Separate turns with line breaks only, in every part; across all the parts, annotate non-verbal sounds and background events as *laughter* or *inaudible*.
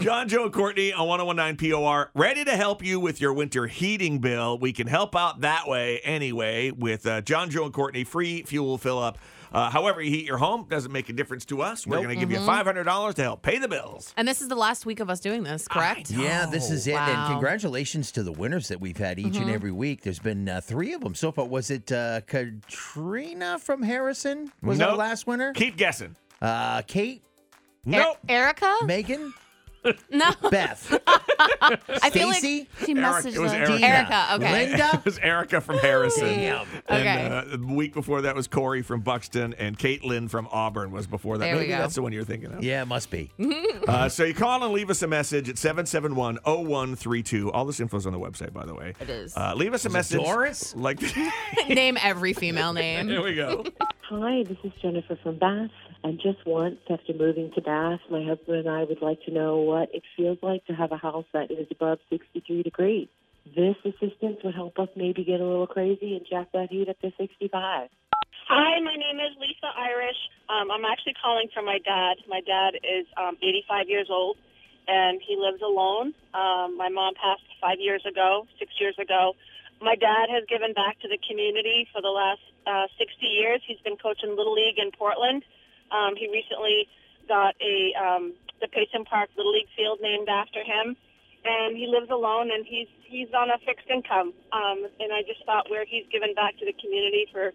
John Joe Courtney oh on 1019 POR, ready to help you with your winter heating bill. We can help out that way anyway with uh, John Joe and Courtney free fuel fill up. Uh, however, you heat your home doesn't make a difference to us. We're
Nope.
going to give
Mm-hmm.
you $500 to help pay the bills.
And this is the last week of us doing this, correct?
Yeah, this is it. And
Wow.
congratulations to the winners that we've had each and every week. There's been uh, three of them so far. Was it uh, Katrina from Harrison? Was our
Nope.
last winner?
Keep guessing.
Uh, Kate,
E-
Nope.
Erica?
Megan,
No.
Beth,
I feel like
Stacy,
She
Eric-
messaged
it was
us.
Eric.
Erica, okay.
Linda.
*laughs* It was Erica from Harrison.
Damn.
And
Okay.
uh, the week before that was Corey from Buxton and Caitlin from Auburn was before that.
There we
Maybe
go.
that's the one you're thinking of.
Yeah, it must be.
Uh, so you call and leave us a message at 771 0132. All this info's on the website, by the way. It
is.
Uh, leave us a
it
message.
Doris?
Like, *laughs* here
*laughs* Name every female *laughs* name.
we go.
Hi, this is Jennifer from Bath. And just once after moving to Bath, my husband and I would like to know what it feels like to have a house that is above 63 degrees. This assistance would help us maybe get a little crazy and jack that heat up to 65.
Hi, my name is Lisa Irish. Um, I'm actually calling for my dad. My dad is um, 85 years old, and he lives alone. Um, my mom passed five years ago, six years ago. My dad has given back to the community for the last uh, 60 years. He's been coaching Little League in Portland. Um, he recently got a um, the Payson Park Little League field named after him, and he lives alone. And he's he's on a fixed income. Um, and I just thought where he's given back to the community for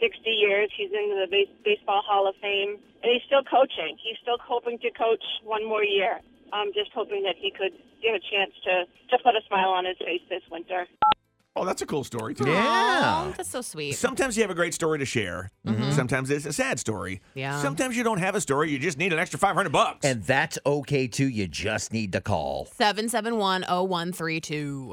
60 years. He's in the base- Baseball Hall of Fame, and he's still coaching. He's still hoping to coach one more year. I'm just hoping that he could get a chance to, to put a smile on his face this winter.
Oh, that's a cool story, too.
Yeah.
Aw, that's so sweet.
Sometimes you have a great story to share. Sometimes it's a sad story.
Yeah.
Sometimes you don't have a story. You just need an extra 500 bucks.
And that's okay too. You just need to call.
7710132.